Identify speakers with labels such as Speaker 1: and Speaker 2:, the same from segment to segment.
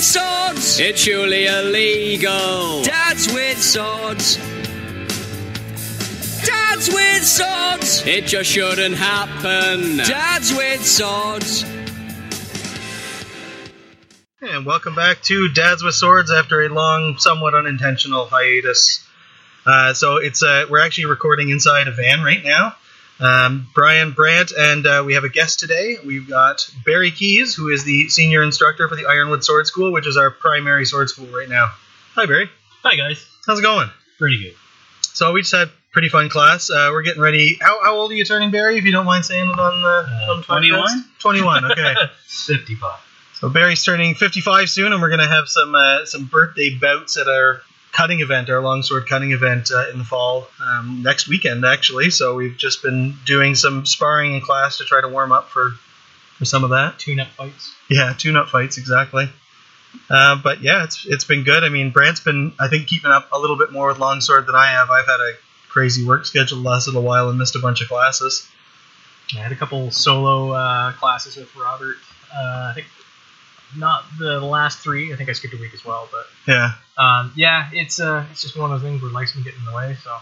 Speaker 1: swords.
Speaker 2: It's surely illegal.
Speaker 1: Dads with swords. Dads with swords.
Speaker 2: It just shouldn't happen.
Speaker 1: Dads with swords.
Speaker 3: And welcome back to Dads with Swords after a long, somewhat unintentional hiatus. Uh, so it's uh, we're actually recording inside a van right now. Um, Brian Brandt and uh, we have a guest today. We've got Barry Keys, who is the senior instructor for the Ironwood Sword School, which is our primary sword school right now. Hi, Barry.
Speaker 4: Hi guys,
Speaker 3: How's it going?
Speaker 4: pretty good.
Speaker 3: So we just had a pretty fun class. Uh, we're getting ready. How, how old are you turning, Barry? If you don't mind saying it on the
Speaker 4: Uh,
Speaker 3: on the podcast?
Speaker 4: 21?
Speaker 3: 21. Okay.
Speaker 4: Fifty-five.
Speaker 3: So Barry's turning 55 soon, and we're going to have some uh, some birthday bouts at our cutting event, our longsword cutting event uh, in the fall um, next weekend, actually. So we've just been doing some sparring in class to try to warm up for for some of that.
Speaker 4: Tune-up fights.
Speaker 3: Yeah, two nut fights exactly. Uh, but yeah, it's it's been good. I mean, Brant's been I think keeping up a little bit more with longsword than I have. I've had a crazy work schedule the last little while and missed a bunch of classes.
Speaker 4: I had a couple solo uh, classes with Robert. Uh, I think not the last three. I think I skipped a week as well. But
Speaker 3: Yeah.
Speaker 4: um, yeah, it's uh, it's just one of those things where life's been getting in the way. So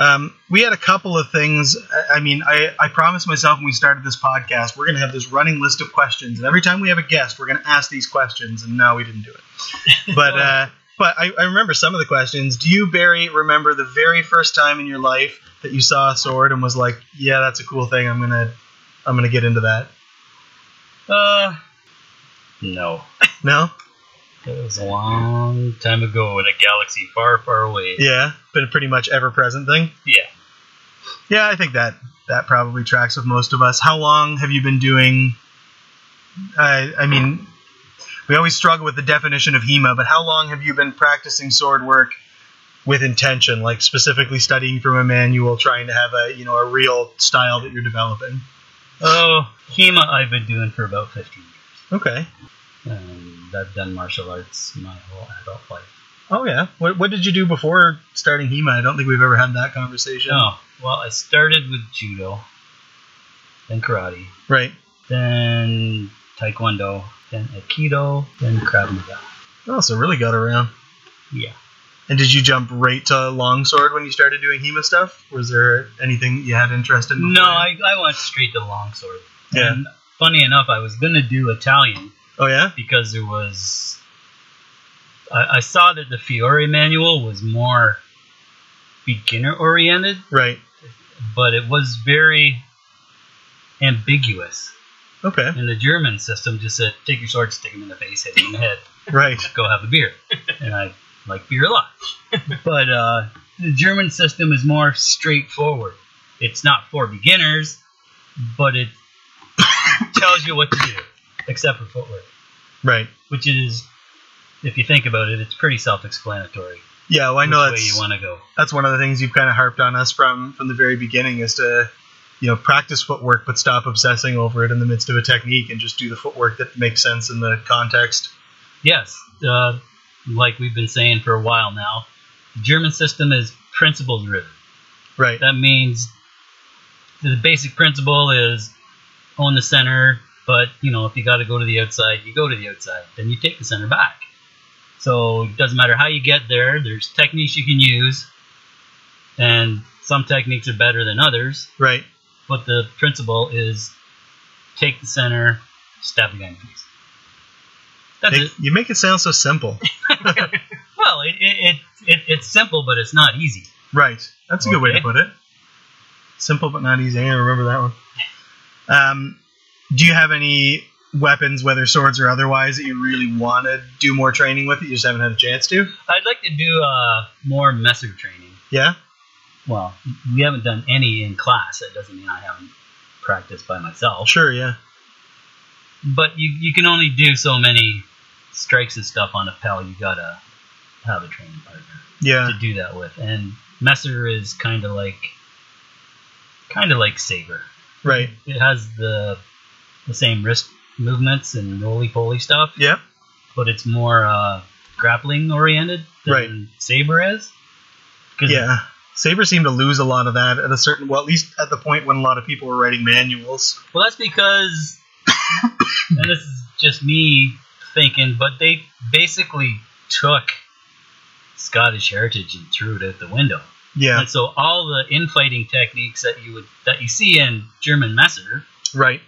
Speaker 3: Um, we had a couple of things. I- I mean, I, I promised myself when we started this podcast, we're going to have this running list of questions, and every time we have a guest, we're going to ask these questions. And no, we didn't do it. But uh, but I, I remember some of the questions. Do you, Barry, remember the very first time in your life that you saw a sword and was like, "Yeah, that's a cool thing. I'm gonna I'm gonna get into that."
Speaker 5: Uh, no.
Speaker 3: No,
Speaker 5: It was a long time ago in a galaxy far, far away.
Speaker 3: yeah, been a pretty much ever present thing.
Speaker 5: Yeah.
Speaker 3: Yeah, I think that that probably tracks with most of us. How long have you been doing? I I mean, we always struggle with the definition of HEMA, but how long have you been practicing sword work with intention, like specifically studying from a manual, trying to have a you know a real style that you're developing?
Speaker 5: Oh, HEMA I've been doing for about 15 years.
Speaker 3: Okay.
Speaker 5: And I've done martial arts my whole adult life.
Speaker 3: Oh yeah. What what did you do before starting HEMA? I don't think we've ever had that conversation.
Speaker 5: No. Oh, Well, I started with judo, then karate,
Speaker 3: Right.
Speaker 5: then taekwondo, then aikido, then krav maga.
Speaker 3: Oh, so really got around.
Speaker 5: Yeah.
Speaker 3: And did you jump right to longsword when you started doing HEMA stuff? Was there anything you had interest in?
Speaker 5: No, I, I went straight to longsword.
Speaker 3: Yeah.
Speaker 5: And funny enough, I was going to do Italian.
Speaker 3: Oh yeah.
Speaker 5: because there was I, I saw that the Fiore manual was more beginner oriented,
Speaker 3: Right.
Speaker 5: but it was very ambiguous.
Speaker 3: Okay.
Speaker 5: And the German system just said, "Take your sword, stick him in the face, hit him in the head,
Speaker 3: Right.
Speaker 5: go have a beer." And I like beer a lot, but uh, the German system is more straightforward. It's not for beginners, but it tells you what to do, except for footwork
Speaker 3: Right.
Speaker 5: which is, if you think about it, it's pretty self-explanatory.
Speaker 3: Yeah. Well, I know
Speaker 5: which way
Speaker 3: that's
Speaker 5: you want to go.
Speaker 3: that's one of the things you've kind of harped on us from from the very beginning is to you know practice footwork but stop obsessing over it in the midst of a technique and just do the footwork that makes sense in the context.
Speaker 5: Yes, uh, like we've been saying for a while now, the German system is principle-driven.
Speaker 3: Right.
Speaker 5: That means the basic principle is own the center, but you know if you got to go to the outside, you go to the outside. Then you take the center back. So it doesn't matter how you get there. There's techniques you can use, and some techniques are better than others.
Speaker 3: Right.
Speaker 5: but the principle is take the center, stab the enemies. That's
Speaker 3: Make-
Speaker 5: it.
Speaker 3: you make it sound so simple.
Speaker 5: Well, it, it, it, it, it's simple, but it's not easy.
Speaker 3: Right. That's a good way to
Speaker 5: Okay.
Speaker 3: put it. Simple but not easy. I remember that one. Um, do you have any weapons, whether swords or otherwise, that you really want to do more training with that you just haven't had a chance to?
Speaker 5: I'd like to do uh, more messer training.
Speaker 3: Yeah.
Speaker 5: Well, we haven't done any in class. That doesn't mean I haven't practiced by myself.
Speaker 3: Sure. Yeah.
Speaker 5: But you, you can only do so many strikes and stuff on a pal. You gotta have a training partner.
Speaker 3: Yeah.
Speaker 5: to do that with. And Messer is kind of like, kind of like Saber.
Speaker 3: Right.
Speaker 5: It has the the same wrist movements and roly poly stuff,
Speaker 3: Yep.
Speaker 5: but it's more uh, grappling oriented than
Speaker 3: Right.
Speaker 5: Saber is. 'Cause
Speaker 3: Yeah. Saber seemed to lose a lot of that at a certain well, at least at the point when a lot of people were writing manuals.
Speaker 5: Well, that's because, and this is just me thinking, but they basically took Scottish heritage and threw it out the window.
Speaker 3: Yeah,
Speaker 5: And so all the infighting techniques that you would that you see in German Messer
Speaker 3: right.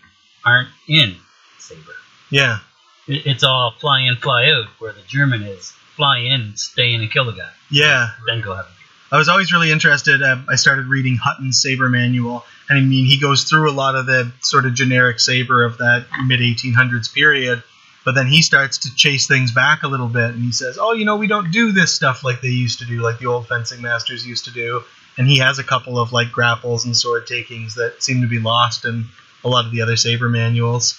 Speaker 5: aren't in Saber.
Speaker 3: Yeah,
Speaker 5: It- It's all fly in, fly out, where the German is fly in, stay in, and kill the guy,
Speaker 3: yeah.
Speaker 5: then go have a beer.
Speaker 3: I was always really interested. Uh, I started reading Hutton's Saber Manual, and I mean, he goes through a lot of the sort of generic saber of that mid 1800s period, but then he starts to chase things back a little bit, and he says, "Oh, you know, we don't do this stuff like they used to do, like the old fencing masters used to do." And he has a couple of like grapples and sword takings that seem to be lost in a lot of the other saber manuals.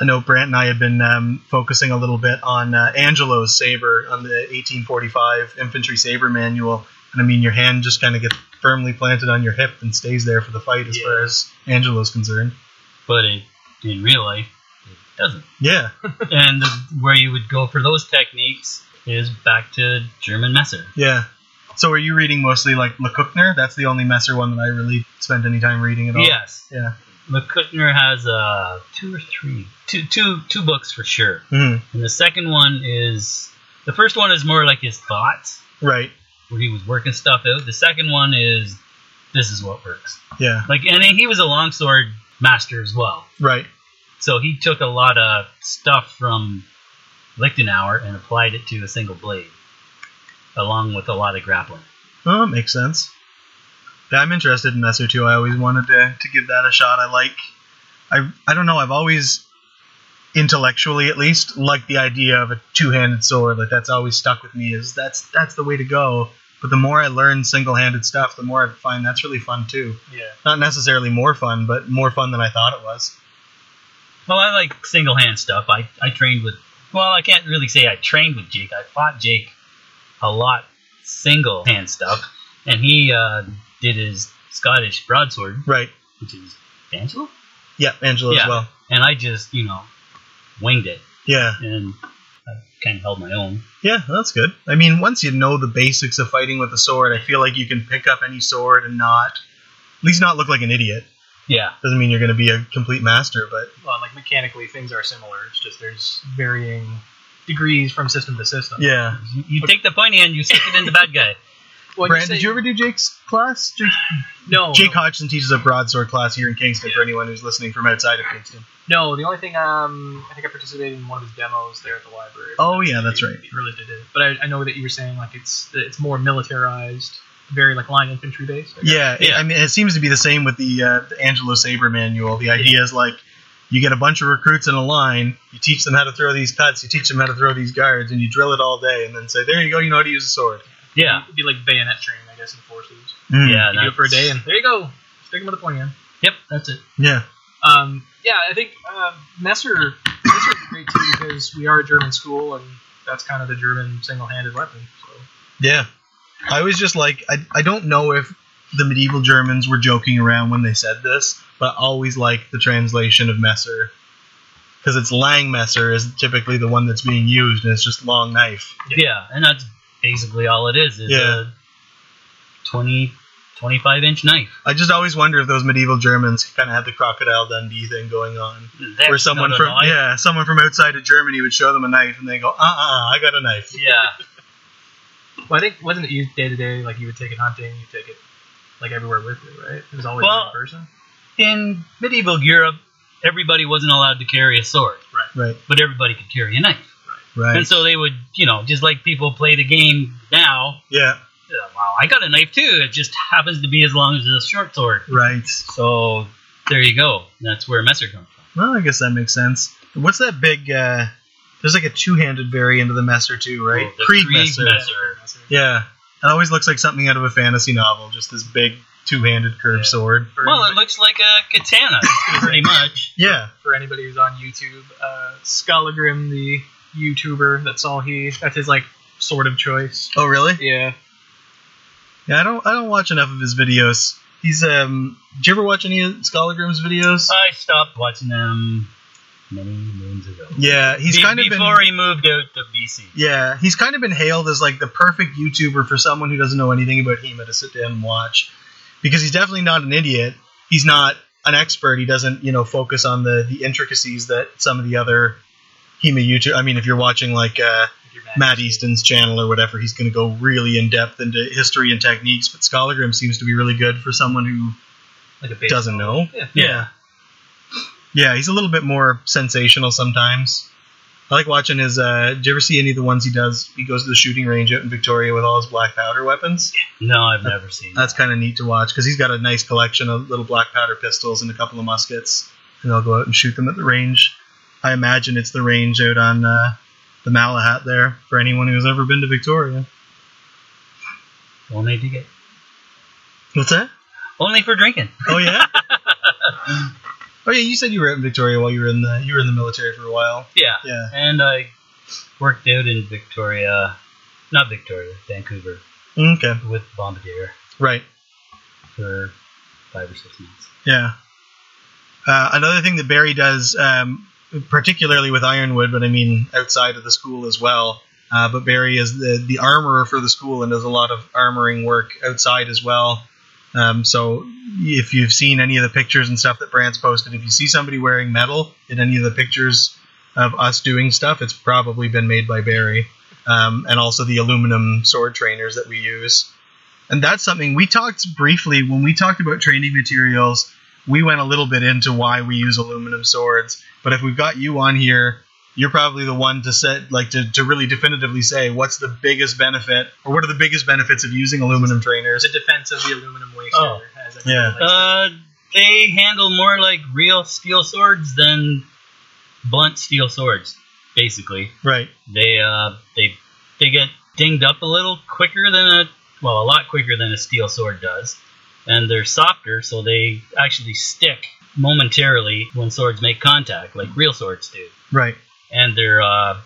Speaker 3: I know Brant and I have been um, focusing a little bit on uh, Angelo's saber on the 1845 infantry saber manual, and I mean your hand just kind of gets firmly planted on your hip and stays there for the fight, as
Speaker 4: Yeah.
Speaker 3: far as Angelo's concerned.
Speaker 5: But in, in real life, it doesn't.
Speaker 3: Yeah,
Speaker 5: and the, where you would go for those techniques is back to German Messer.
Speaker 3: yeah. So are you reading mostly like LeCoultner? That's the only Messer one that I really spent any time reading at all.
Speaker 5: Yes,
Speaker 3: Yeah.
Speaker 5: McCutner has uh, two or three, two, two, two books for sure.
Speaker 3: Mhm.
Speaker 5: And the second one is the first one is more like his thoughts,
Speaker 3: Right.
Speaker 5: where he was working stuff out. The second one is this is what works.
Speaker 3: Yeah.
Speaker 5: Like, and he was a longsword master as well,
Speaker 3: Right.
Speaker 5: so he took a lot of stuff from Lichtenauer and applied it to a single blade, along with a lot of grappling.
Speaker 3: Oh, that makes sense. Yeah, I'm interested in Messer too. I always wanted to, to give that a shot. I like, I I don't know. I've always, intellectually at least, liked the idea of a two-handed sword. Like that's always stuck with me. Is that's that's the way to go. But the more I learn single-handed stuff, the more I find that's really fun too.
Speaker 4: Yeah.
Speaker 3: Not necessarily more fun, but more fun than I thought it was.
Speaker 5: Well, I like single hand stuff. I, I trained with, well, I can't really say I trained with Jake. I fought Jake a lot single hand stuff, and he uh, did his Scottish broadsword,
Speaker 3: Right.
Speaker 5: which is Angelo?
Speaker 3: Yeah, Angela
Speaker 5: Yeah.
Speaker 3: as well.
Speaker 5: And I just, you know, winged it,
Speaker 3: Yeah.
Speaker 5: and I kind of held my own.
Speaker 3: Yeah, that's good. I mean, once you know the basics of fighting with a sword, I feel like you can pick up any sword and not, at least not look like an idiot.
Speaker 5: Yeah.
Speaker 3: doesn't mean you're going to be a complete master, but
Speaker 4: Well, like mechanically, things are similar. It's just there's varying degrees from system to system.
Speaker 3: yeah.
Speaker 5: You, you take the pointy end, you stick it in the bad guy.
Speaker 4: Well,
Speaker 3: Brand,
Speaker 4: say- Oh,
Speaker 3: did you ever do Jake's class? Jake,
Speaker 4: No,
Speaker 3: Jake
Speaker 4: no,
Speaker 3: Hodgson teaches a broadsword class here in Kingston for anyone who's listening from outside of Kingston.
Speaker 4: no. The only thing um, I think I participated in one of his demos there at the library.
Speaker 3: Oh, yeah, that's right.
Speaker 4: He really did it. But I, I know that you were saying like it's it's more militarized, very like line infantry based. I guess.
Speaker 3: Yeah, it-
Speaker 5: Yeah.
Speaker 3: I mean, it seems to be the same with the, uh, the Angelo Saber manual. The idea is like you get a bunch of recruits in a line, you teach them how to throw these cuts, you teach them how to throw these guards, and you drill it all day, and then say, there you go, you know how to use a sword.
Speaker 5: Yeah.
Speaker 4: It'd be like bayonet training, I guess, in forces.
Speaker 3: Mm.
Speaker 5: Yeah.
Speaker 4: You do it for a
Speaker 5: that's-
Speaker 4: day, and there you go. Stick him with a pointy end.
Speaker 5: Yep, that's it.
Speaker 3: Yeah.
Speaker 4: Um, yeah, I think uh, Messer Messer is great too because we are a German school, and that's kind of the German single-handed weapon. So.
Speaker 3: Yeah. I was just like, I, I don't know if the medieval Germans were joking around when they said this, but I always like the translation of Messer. Because it's Langmesser is typically the one that's being used, and it's just long knife.
Speaker 5: Yeah, and that's basically all it is. is
Speaker 3: Yeah.
Speaker 5: a 20, 25 inch knife.
Speaker 3: I just always wonder if those medieval Germans kind of had the crocodile Dundee thing going on, where
Speaker 5: That's
Speaker 3: someone
Speaker 5: not a
Speaker 3: from
Speaker 5: knife.
Speaker 3: yeah, someone from outside of Germany would show them a knife, and they go, uh, uh, uh I got a knife.
Speaker 5: Yeah.
Speaker 4: Well, I think wasn't it you day to day? Like you would take it hunting, you take it like everywhere with you, right? It was always
Speaker 5: Well-
Speaker 4: one person.
Speaker 5: in medieval Europe, everybody wasn't allowed to carry a sword,
Speaker 3: Right,
Speaker 5: but everybody could carry a knife.
Speaker 3: right.
Speaker 5: And so they would, you know, just like people play the game now.
Speaker 3: yeah,
Speaker 5: uh, Wow, I got a knife too. It just happens to be as long as a short sword.
Speaker 3: right.
Speaker 5: So there you go. That's where Messer comes from.
Speaker 3: Well, I guess that makes sense. What's that big? uh There's like a two-handed variant of the Messer too, right?
Speaker 5: The
Speaker 3: Krieg
Speaker 5: Kriegmesser.
Speaker 3: Yeah, it always looks like something out of a fantasy novel. Just this big two-handed curved sword.
Speaker 5: Well, it looks like a katana, pretty much.
Speaker 3: Yeah,
Speaker 4: for anybody who's on YouTube, uh, Skullagrim, the YouTuber, that's all he. That's his like sort of choice.
Speaker 3: Oh, really?
Speaker 4: Yeah.
Speaker 3: Yeah, I don't. I don't watch enough of his videos. He's um. Did you ever watch any of Scholargrim's videos?
Speaker 5: I stopped watching them many moons ago.
Speaker 3: yeah, he's
Speaker 5: Be-
Speaker 3: kind of been.
Speaker 5: before he moved out to BC.
Speaker 3: Yeah, he's kind of been hailed as like the perfect YouTuber for someone who doesn't know anything about HEMA to sit down and watch, because he's definitely not an idiot. He's not an expert. He doesn't, you know, focus on the the intricacies that some of the other Hema YouTube. I mean, if you're watching like uh,
Speaker 4: If you're mad.
Speaker 3: Matt Easton's channel or whatever, he's going to go really in depth into history and techniques. But Scholargram seems to be really good for someone who
Speaker 4: Like a baseball.
Speaker 3: doesn't know.
Speaker 4: Yeah.
Speaker 3: Yeah. Yeah, he's a little bit more sensational sometimes. I like watching his. Uh, do you ever see any of the ones he does? He goes to the shooting range out in Victoria with all his black powder weapons.
Speaker 5: No, I've never seen.
Speaker 3: That's kind of neat to watch because he's got a nice collection of little black powder pistols and a couple of muskets, and they'll go out and shoot them at the range. I imagine it's the range out on uh, the Malahat there for anyone who's ever been to Victoria.
Speaker 5: that. only to get
Speaker 3: What's that?
Speaker 5: only for drinking.
Speaker 3: Oh yeah. oh yeah. You said you were out in Victoria while you were in the you were in the military for a while.
Speaker 5: Yeah.
Speaker 3: Yeah.
Speaker 5: And I worked out in Victoria, not Victoria, Vancouver,
Speaker 3: Mm, Okay.
Speaker 5: with Bombardier
Speaker 3: Right.
Speaker 5: for five or six months.
Speaker 3: Yeah. Uh, another thing that Barry does, um, particularly with Ironwood, but I mean outside of the school as well. Uh, but Barry is the the armorer for the school and does a lot of armoring work outside as well. Um, so if you've seen any of the pictures and stuff that Brant's posted, if you see somebody wearing metal in any of the pictures of us doing stuff, it's probably been made by Barry. Um, and also the aluminum sword trainers that we use. And that's something we talked briefly when we talked about training materials. We went a little bit into why we use aluminum swords, but if we've got you on here, you're probably the one to set like to, to really definitively say what's the biggest benefit or what are the biggest benefits of using aluminum trainers.
Speaker 4: The defense of the aluminum waste.
Speaker 5: Oh.
Speaker 4: or as it
Speaker 3: Yeah.
Speaker 4: relates to-
Speaker 5: Uh, they handle more like real steel swords than blunt steel swords. Basically,
Speaker 3: Right.
Speaker 5: they uh, they they get dinged up a little quicker than a well, a lot quicker than a steel sword does, and they're softer, so they actually stick momentarily when swords make contact, like real swords do.
Speaker 3: Right.
Speaker 5: and they're uh,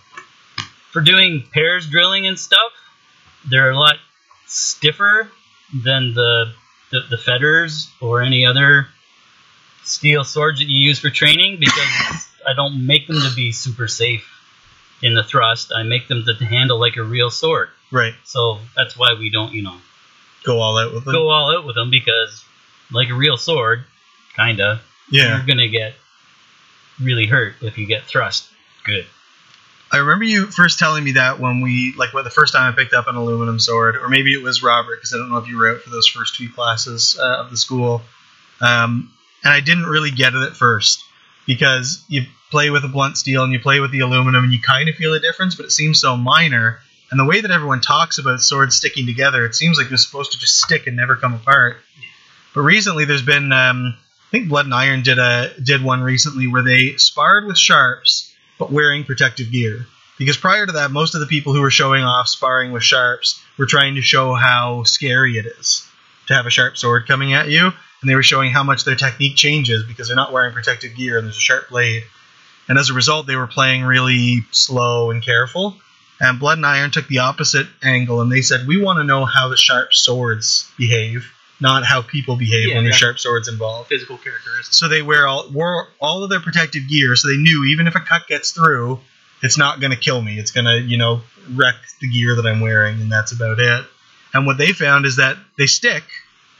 Speaker 5: for doing pairs drilling and stuff. They're a lot stiffer than the the, the fetters or any other steel swords that you use for training because I don't make them to be super safe in the thrust. I make them to handle like a real sword.
Speaker 3: Right.
Speaker 5: So that's why we don't, you know,
Speaker 3: Go all out with them.
Speaker 5: go all out with them because like a real sword, kinda,
Speaker 3: yeah.
Speaker 5: you're gonna get really hurt if you get thrust good.
Speaker 3: I remember you first telling me that when we like when the first time I picked up an aluminum sword, or maybe it was Robert because I don't know if you were out for those first two classes uh, of the school. Um, and I didn't really get it at first because you play with a blunt steel and you play with the aluminum and you kind of feel a difference, but it seems so minor. And the way that everyone talks about swords sticking together, it seems like they're supposed to just stick and never come apart. But recently, there's been um, I think Blood and Iron did a did one recently where they sparred with sharps but wearing protective gear. Because prior to that, most of the people who were showing off sparring with sharps were trying to show how scary it is to have a sharp sword coming at you, and they were showing how much their technique changes because they're not wearing protective gear and there's a sharp blade. And as a result, they were playing really slow and careful. And Blood and Iron took the opposite angle, and they said, "We want to know how the sharp swords behave, not how people behave
Speaker 4: Yeah,
Speaker 3: when there's
Speaker 4: yeah.
Speaker 3: sharp swords involved."
Speaker 4: physical characteristics.
Speaker 3: so they wear all wore all of their protective gear, so they knew even if a cut gets through, it's not going to kill me. It's going to you know wreck the gear that I'm wearing, and that's about it. And what they found is that they stick,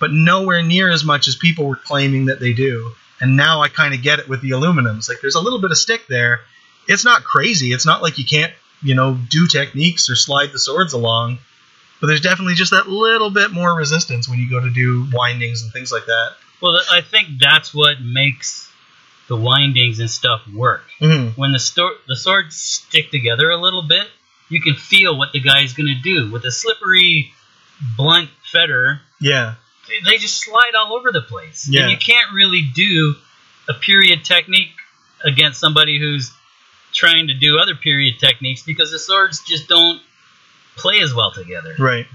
Speaker 3: but nowhere near as much as people were claiming that they do. And now I kind of get it with the aluminums. Like there's a little bit of stick there. It's not crazy. It's not like you can't you know do techniques or slide the swords along. But there's definitely just that little bit more resistance when you go to do windings and things like that.
Speaker 5: Well, th- I think that's what makes the windings and stuff work.
Speaker 3: Mm-hmm.
Speaker 5: When the sto- the swords stick together a little bit, you can feel what the guy's going to do. With a slippery, blunt fetter,
Speaker 3: Yeah.
Speaker 5: they- they just slide all over the place.
Speaker 3: Yeah.
Speaker 5: And you can't really do a period technique against somebody who's trying to do other period techniques because the swords just don't play as well together.
Speaker 3: Right.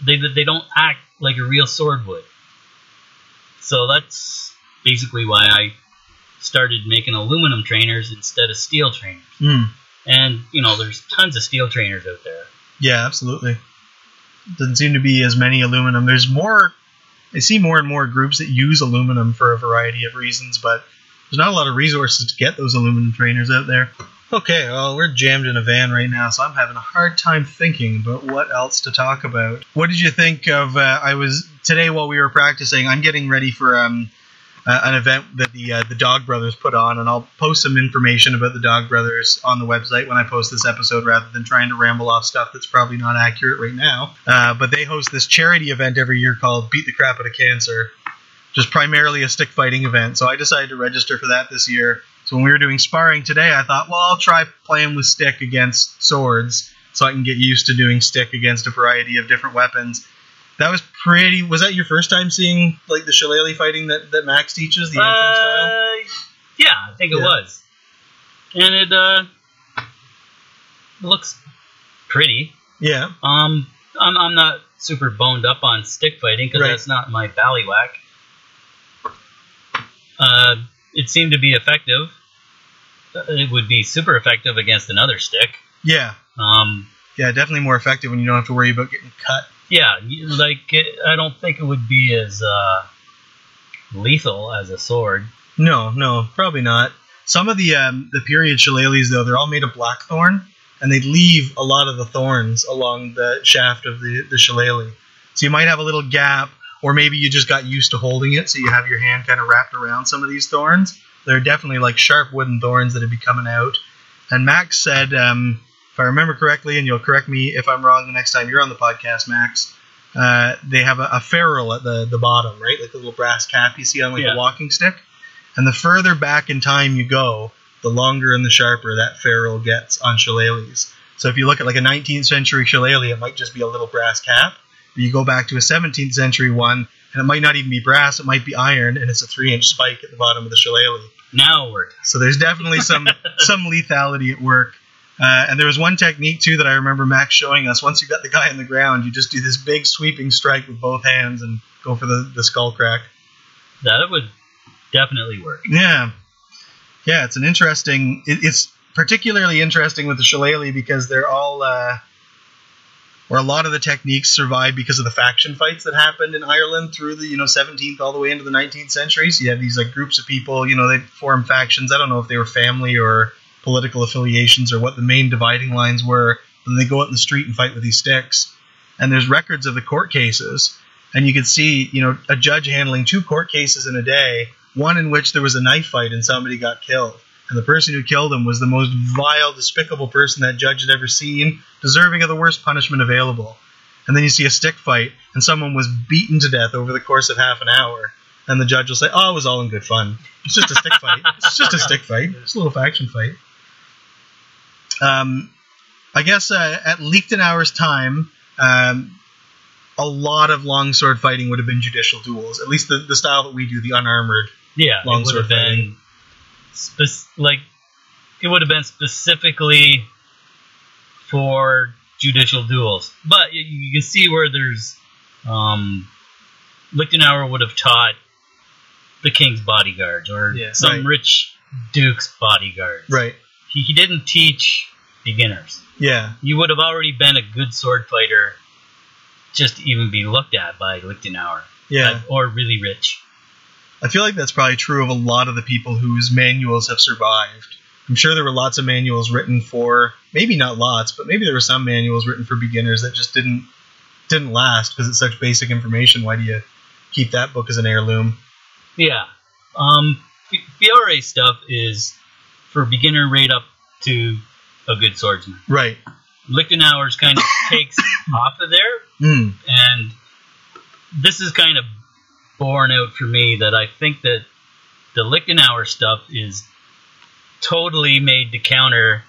Speaker 5: they they don't act like a real sword would. So that's basically why I started making aluminum trainers instead of steel trainers.
Speaker 3: Mm.
Speaker 5: And you know, there's tons of steel trainers out there.
Speaker 3: Yeah, absolutely. Doesn't seem to be as many aluminum. There's more. I see more and more groups that use aluminum for a variety of reasons, but there's not a lot of resources to get those aluminum trainers out there. Okay, well, we're jammed in a van right now, so I'm having a hard time thinking about what else to talk about. What did you think of? Uh, I was today while we were practicing. I'm getting ready for um, uh, an event that the uh, the Dog Brothers put on, and I'll post some information about the Dog Brothers on the website when I post this episode, rather than trying to ramble off stuff that's probably not accurate right now. Uh, but they host this charity event every year called "Beat the Crap Out of Cancer," just primarily a stick fighting event. So I decided to register for that this year. So when we were doing sparring today, I thought, well, I'll try playing with stick against swords, so I can get used to doing stick against a variety of different weapons. That was pretty. Was that your first time seeing like the shillelagh fighting that, that Max teaches the ancient style?
Speaker 5: Uh, yeah, I think it
Speaker 3: Yeah.
Speaker 5: was. And it uh, looks pretty.
Speaker 3: Yeah,
Speaker 5: Um, I'm, I'm not super boned up on stick fighting because
Speaker 3: Right.
Speaker 5: that's not my ballywhack. Uh, it seemed to be effective. Uh, It would be super effective against another stick.
Speaker 3: yeah,
Speaker 5: Um,
Speaker 3: yeah. Definitely more effective when you don't have to worry about getting cut.
Speaker 5: yeah, you- like it, I don't think it would be as uh, lethal as a sword.
Speaker 3: No, no, probably not. Some of the um, the period shillelaghs though, they're all made of blackthorn, and they leave a lot of the thorns along the shaft of the the shillelagh. So you might have a little gap, or maybe you just got used to holding it, so you have your hand kind of wrapped around some of these thorns. They're definitely like sharp wooden thorns that would be coming out. And Max said, um, if I remember correctly, and you'll correct me if I'm wrong the next time you're on the podcast, Max. Uh, they have a, a ferrule at the, the bottom, right? Like the little brass cap you see on like
Speaker 5: Yeah.
Speaker 3: a walking stick. And the further back in time you go, the longer and the sharper that ferrule gets on shillelaghs. So if you look at like a 19th century shillelagh, it might just be a little brass cap. But you go back to a 17th century one, and it might not even be brass, it might be iron, and it's a three inch spike at the bottom of the shillelagh.
Speaker 5: Now we're
Speaker 3: So there's definitely some some lethality at work. Uh, and there was one technique too that I remember Max showing us. Once you got the guy on the ground, you just do this big sweeping strike with both hands and go for the, the skull crack.
Speaker 5: that would definitely work.
Speaker 3: Yeah, yeah, it's an interesting. It, it's particularly interesting with the shillelagh because they're all, uh, or a lot of the techniques survive because of the faction fights that happened in Ireland through the you know 17th all the way into the 19th century. So you have these like groups of people, you know, they form factions. I don't know if they were family or political affiliations or what the main dividing lines were. Then they go out in the street and fight with these sticks. And there's records of the court cases and you could see you know a judge handling two court cases in a day one in which there was a knife fight and somebody got killed and the person who killed him was the most vile despicable person that judge had ever seen deserving of the worst punishment available and then you see a stick fight and someone was beaten to death over the course of half an hour and the judge will say oh it was all in good fun it's just a stick fight it's just a stick fight it's a little faction fight um, i guess uh, at leaked an hour's time um, a lot of longsword fighting would have been judicial duels, at least the, the style that we do, the unarmored.
Speaker 5: Yeah,
Speaker 3: Long
Speaker 5: it would
Speaker 3: sword
Speaker 5: have been spec- like it would have been specifically for judicial duels. But you, you can see where there's um, Lichtenauer would have taught the king's bodyguards or
Speaker 4: Yeah.
Speaker 5: some
Speaker 3: Right.
Speaker 5: rich duke's bodyguards.
Speaker 3: Right.
Speaker 5: He, he didn't teach beginners.
Speaker 3: Yeah.
Speaker 5: You would have already been a good sword fighter just to even be looked at by Lichtenauer
Speaker 3: Yeah.
Speaker 5: uh, or really rich.
Speaker 3: I feel like that's probably true of a lot of the people whose manuals have survived. I'm sure there were lots of manuals written for maybe not lots, but maybe there were some manuals written for beginners that just didn't didn't last because it's such basic information. Why do you keep that book as an heirloom?
Speaker 5: Yeah. Um, F- Fiore stuff is for beginner right up to a good swordsman.
Speaker 3: Right.
Speaker 5: Lichtenauer's kind of takes off of there,
Speaker 3: Mm.
Speaker 5: and this is kind of borne out for me that I think that the Lichtenauer stuff is totally made to counter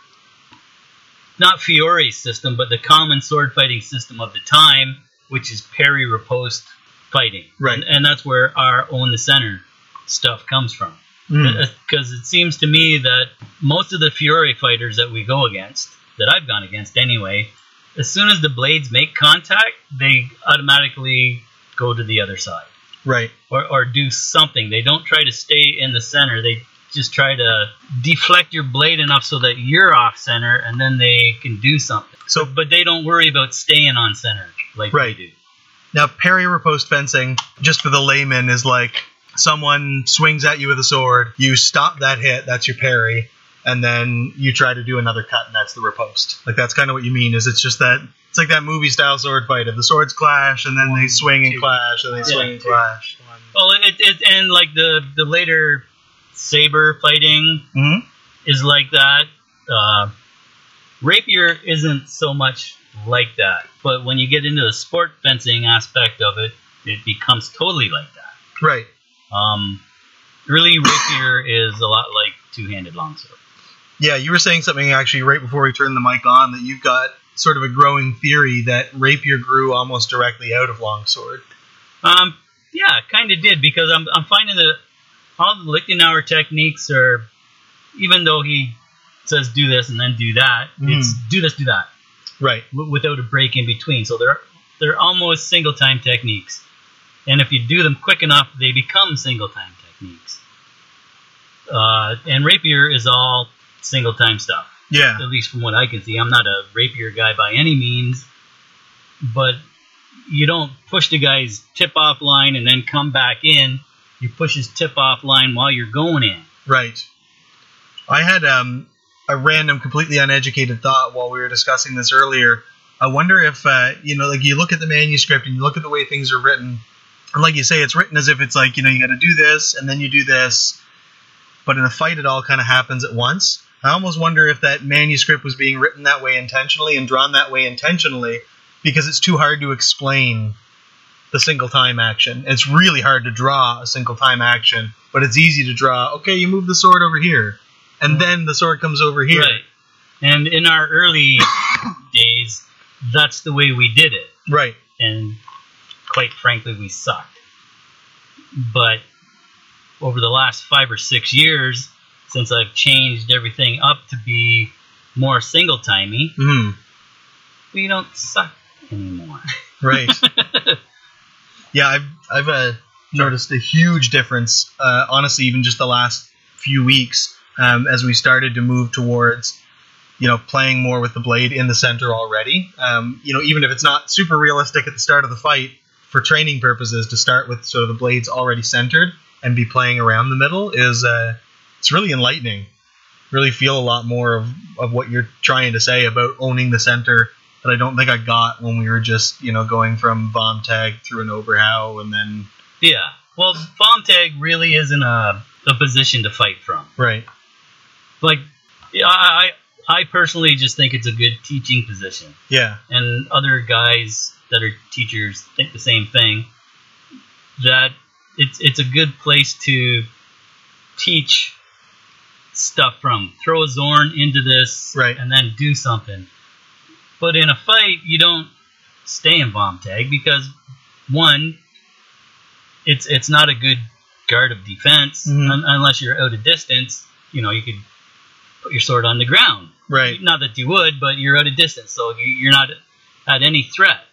Speaker 5: not Fiore's system, but the common sword fighting system of the time, which is parry riposte fighting.
Speaker 3: Right.
Speaker 5: And, and that's where our own the center stuff comes from.
Speaker 3: Mm.
Speaker 5: Because it seems to me that most of the Fury fighters that we go against, that I've gone against anyway, as soon as the blades make contact, they automatically go to the other side
Speaker 3: Right.
Speaker 5: or, or do something. They don't try to stay in the center. They just try to deflect your blade enough so that you're off center and then they can do something.
Speaker 3: So
Speaker 5: But they don't worry about staying on center like
Speaker 3: Right.
Speaker 5: we do.
Speaker 3: Now, parry riposte fencing, just for the layman, is like someone swings at you with a sword, you stop that hit, that's your parry, and then you try to do another cut, and that's the riposte. Like, that's kind of what you mean, is it's just that, it's like that movie style sword fight of the swords clash, and then they swing and clash, and they swing and clash.
Speaker 4: One,
Speaker 5: Well, oh, it, it and like the the later saber fighting
Speaker 3: hmm
Speaker 5: is like that. Uh, rapier isn't so much like that, but when you get into the sport fencing aspect of it, it becomes totally like that.
Speaker 3: Right.
Speaker 5: Um, really, rapier is a lot like two-handed longsword.
Speaker 3: Yeah, you were saying something actually right before we turned the mic on that you've got sort of a growing theory that rapier grew almost directly out of longsword.
Speaker 5: Um, yeah, kind of did because I'm I'm finding that all the Lichtenauer techniques are, even though he says do this and then do that, it's do this, do that
Speaker 3: Right.
Speaker 5: w- without a break in between. So they're they're almost single time techniques, and if you do them quick enough, they become single time techniques. Uh, and rapier is all single time stuff,
Speaker 3: Yeah.
Speaker 5: at least from what I can see. I'm not a rapier guy by any means, but you don't push the guy's tip off line and then come back in. You push his tip off line while you're going in.
Speaker 3: Right. I had um, a random, completely uneducated thought while we were discussing this earlier. I wonder if uh, you know, like you look at the manuscript and you look at the way things are written, and like you say, it's written as if it's like you know you got to do this and then you do this, but in a fight it all kind of happens at once. I almost wonder if that manuscript was being written that way intentionally and drawn that way intentionally because it's too hard to explain the single time action. It's really hard to draw a single time action, but it's easy to draw. Okay, you move the sword over here, and then the sword comes over here.
Speaker 5: Right. And in our early days, that's the way we did it.
Speaker 3: Right.
Speaker 5: and quite frankly, we sucked. But over the last five or six years, since I've changed everything up to be more single timey,
Speaker 3: Mm,
Speaker 5: we don't suck anymore.
Speaker 3: right. yeah, I've I've uh, noticed a huge difference. Uh, honestly, even just the last few weeks, um, as we started to move towards, you know, playing more with the blade in the center already. Um, you know, even if it's not super realistic at the start of the fight, for training purposes, to start with so the blade's already centered and be playing around the middle is uh, it's really enlightening. Really feel a lot more of, of what you're trying to say about owning the center that I don't think I got when we were just, you know, going from bomb tag through an overhow and then
Speaker 5: yeah. Well, bomb tag really isn't a, a position to fight from.
Speaker 3: right.
Speaker 5: Like, I, I I personally just think it's a good teaching position.
Speaker 3: Yeah.
Speaker 5: and other guys that are teachers think the same thing that it's it's a good place to teach stuff from throw a zorn into this
Speaker 3: Right.
Speaker 5: and then do something but in a fight you don't stay in bomb tag because one it's it's not a good guard of defense
Speaker 3: Mhm.
Speaker 5: un- unless you're out of distance you know you could put your sword on the ground
Speaker 3: Right.
Speaker 5: not that you would, but you're at a distance, so you- you're not at any threat.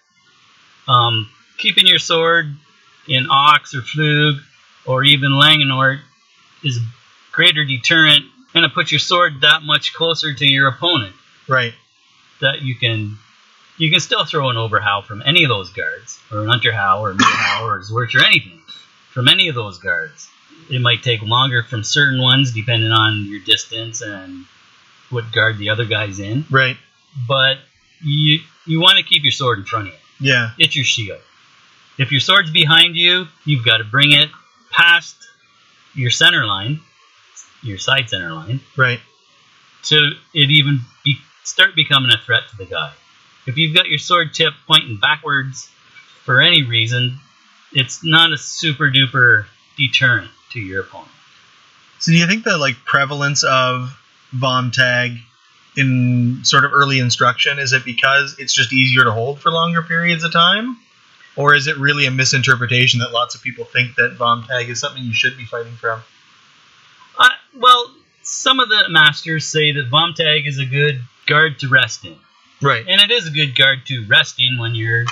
Speaker 5: Um, keeping your sword in ox or flug or even langenort is a greater deterrent, and it puts your sword that much closer to your opponent
Speaker 3: Right.
Speaker 5: that you can you can still throw an overhow from any of those guards, or an underhow, or a midhow, or a zwirch, or anything from any of those guards. It might take longer from certain ones, depending on your distance and what guard the other guy's in
Speaker 3: Right.
Speaker 5: but you you want to keep your sword in front of you.
Speaker 3: Yeah.
Speaker 5: It's your shield. If your sword's behind you, you've got to bring it past your center line, your side center line,
Speaker 3: Right.
Speaker 5: to it even be, start becoming a threat to the guy. If you've got your sword tip pointing backwards for any reason, it's not a super duper deterrent to your opponent.
Speaker 3: So do you think the like prevalence of bomb tag in sort of early instruction is it because it's just easier to hold for longer periods of time? Or is it really a misinterpretation that lots of people think that bomb tag is something you should be fighting from?
Speaker 5: Uh, well, some of the masters say that vom tag is a good guard to rest in.
Speaker 3: Right.
Speaker 5: And it is a good guard to rest in when you're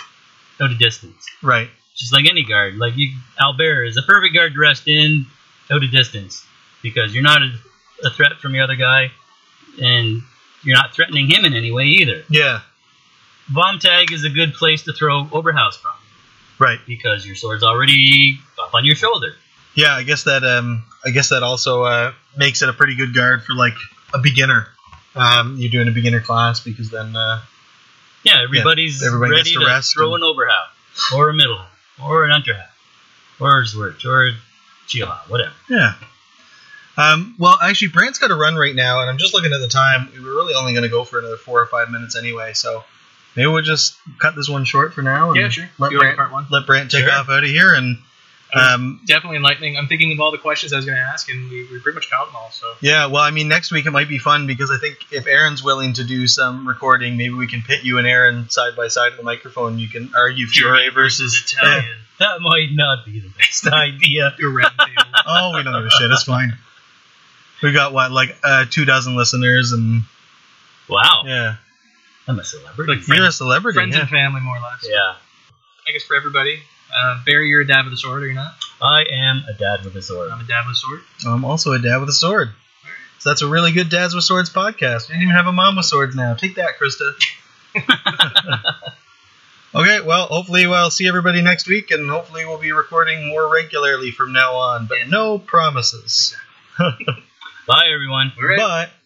Speaker 5: out of distance.
Speaker 3: Right.
Speaker 5: Just like any guard. Like you Albert is a perfect guard to rest in out of distance. Because you're not a, a threat from the other guy and you're not threatening him in any way either.
Speaker 3: Yeah.
Speaker 5: Bomb tag is a good place to throw overhouse from
Speaker 3: Right.
Speaker 5: because your sword's already up on your shoulder.
Speaker 3: Yeah, I guess that um, I guess that also uh, makes it a pretty good guard for like a beginner. Um, you're doing a beginner class because then uh,
Speaker 5: Yeah, everybody's
Speaker 3: everybody gets
Speaker 5: ready
Speaker 3: to
Speaker 5: to,
Speaker 3: rest
Speaker 5: throw
Speaker 3: and-
Speaker 5: an overhouse or a middle or an underhouse Wordsworth, George Chilha, whatever.
Speaker 3: Yeah. Um, well, actually, Brant's got a run right now, and I'm just looking at the time. We were really only going to go for another four or five minutes anyway, so maybe we'll just cut this one short for now. And
Speaker 4: Yeah, sure.
Speaker 3: Let
Speaker 4: Do it in
Speaker 3: Brant,
Speaker 4: part one.
Speaker 3: let Brant take
Speaker 4: Sure.
Speaker 3: off out of here, and um,
Speaker 4: Definitely enlightening. I'm thinking of all the questions I was going to ask, and we, we pretty much covered them all. So
Speaker 3: yeah. Well, I mean, next week it might be fun because I think if Aaron's willing to do some recording, maybe we can pit you and Aaron side by side at the microphone. You can argue Fury versus
Speaker 4: Italian.
Speaker 5: That might not be the best idea.
Speaker 4: do a round table.
Speaker 3: oh, we don't give a shit. It's fine. We got what, like uh, two dozen listeners, and
Speaker 5: Wow,
Speaker 3: yeah,
Speaker 5: I'm a celebrity.
Speaker 3: you're a celebrity.
Speaker 4: Friends
Speaker 3: yeah.
Speaker 4: and family, more or less.
Speaker 5: yeah,
Speaker 4: I guess for everybody. Uh, Barry, you're a dad with a sword, are you not?
Speaker 5: I am a dad with a sword.
Speaker 4: I'm a dad with a sword.
Speaker 3: I'm also a dad with a sword. So that's a really good Dads with Swords podcast. We didn't even have a mom with swords now. Take that, Krista. okay, well, hopefully we'll see everybody next week, and hopefully we'll be recording more regularly from now on, but no promises.
Speaker 5: Bye, everyone.
Speaker 4: All right.
Speaker 3: But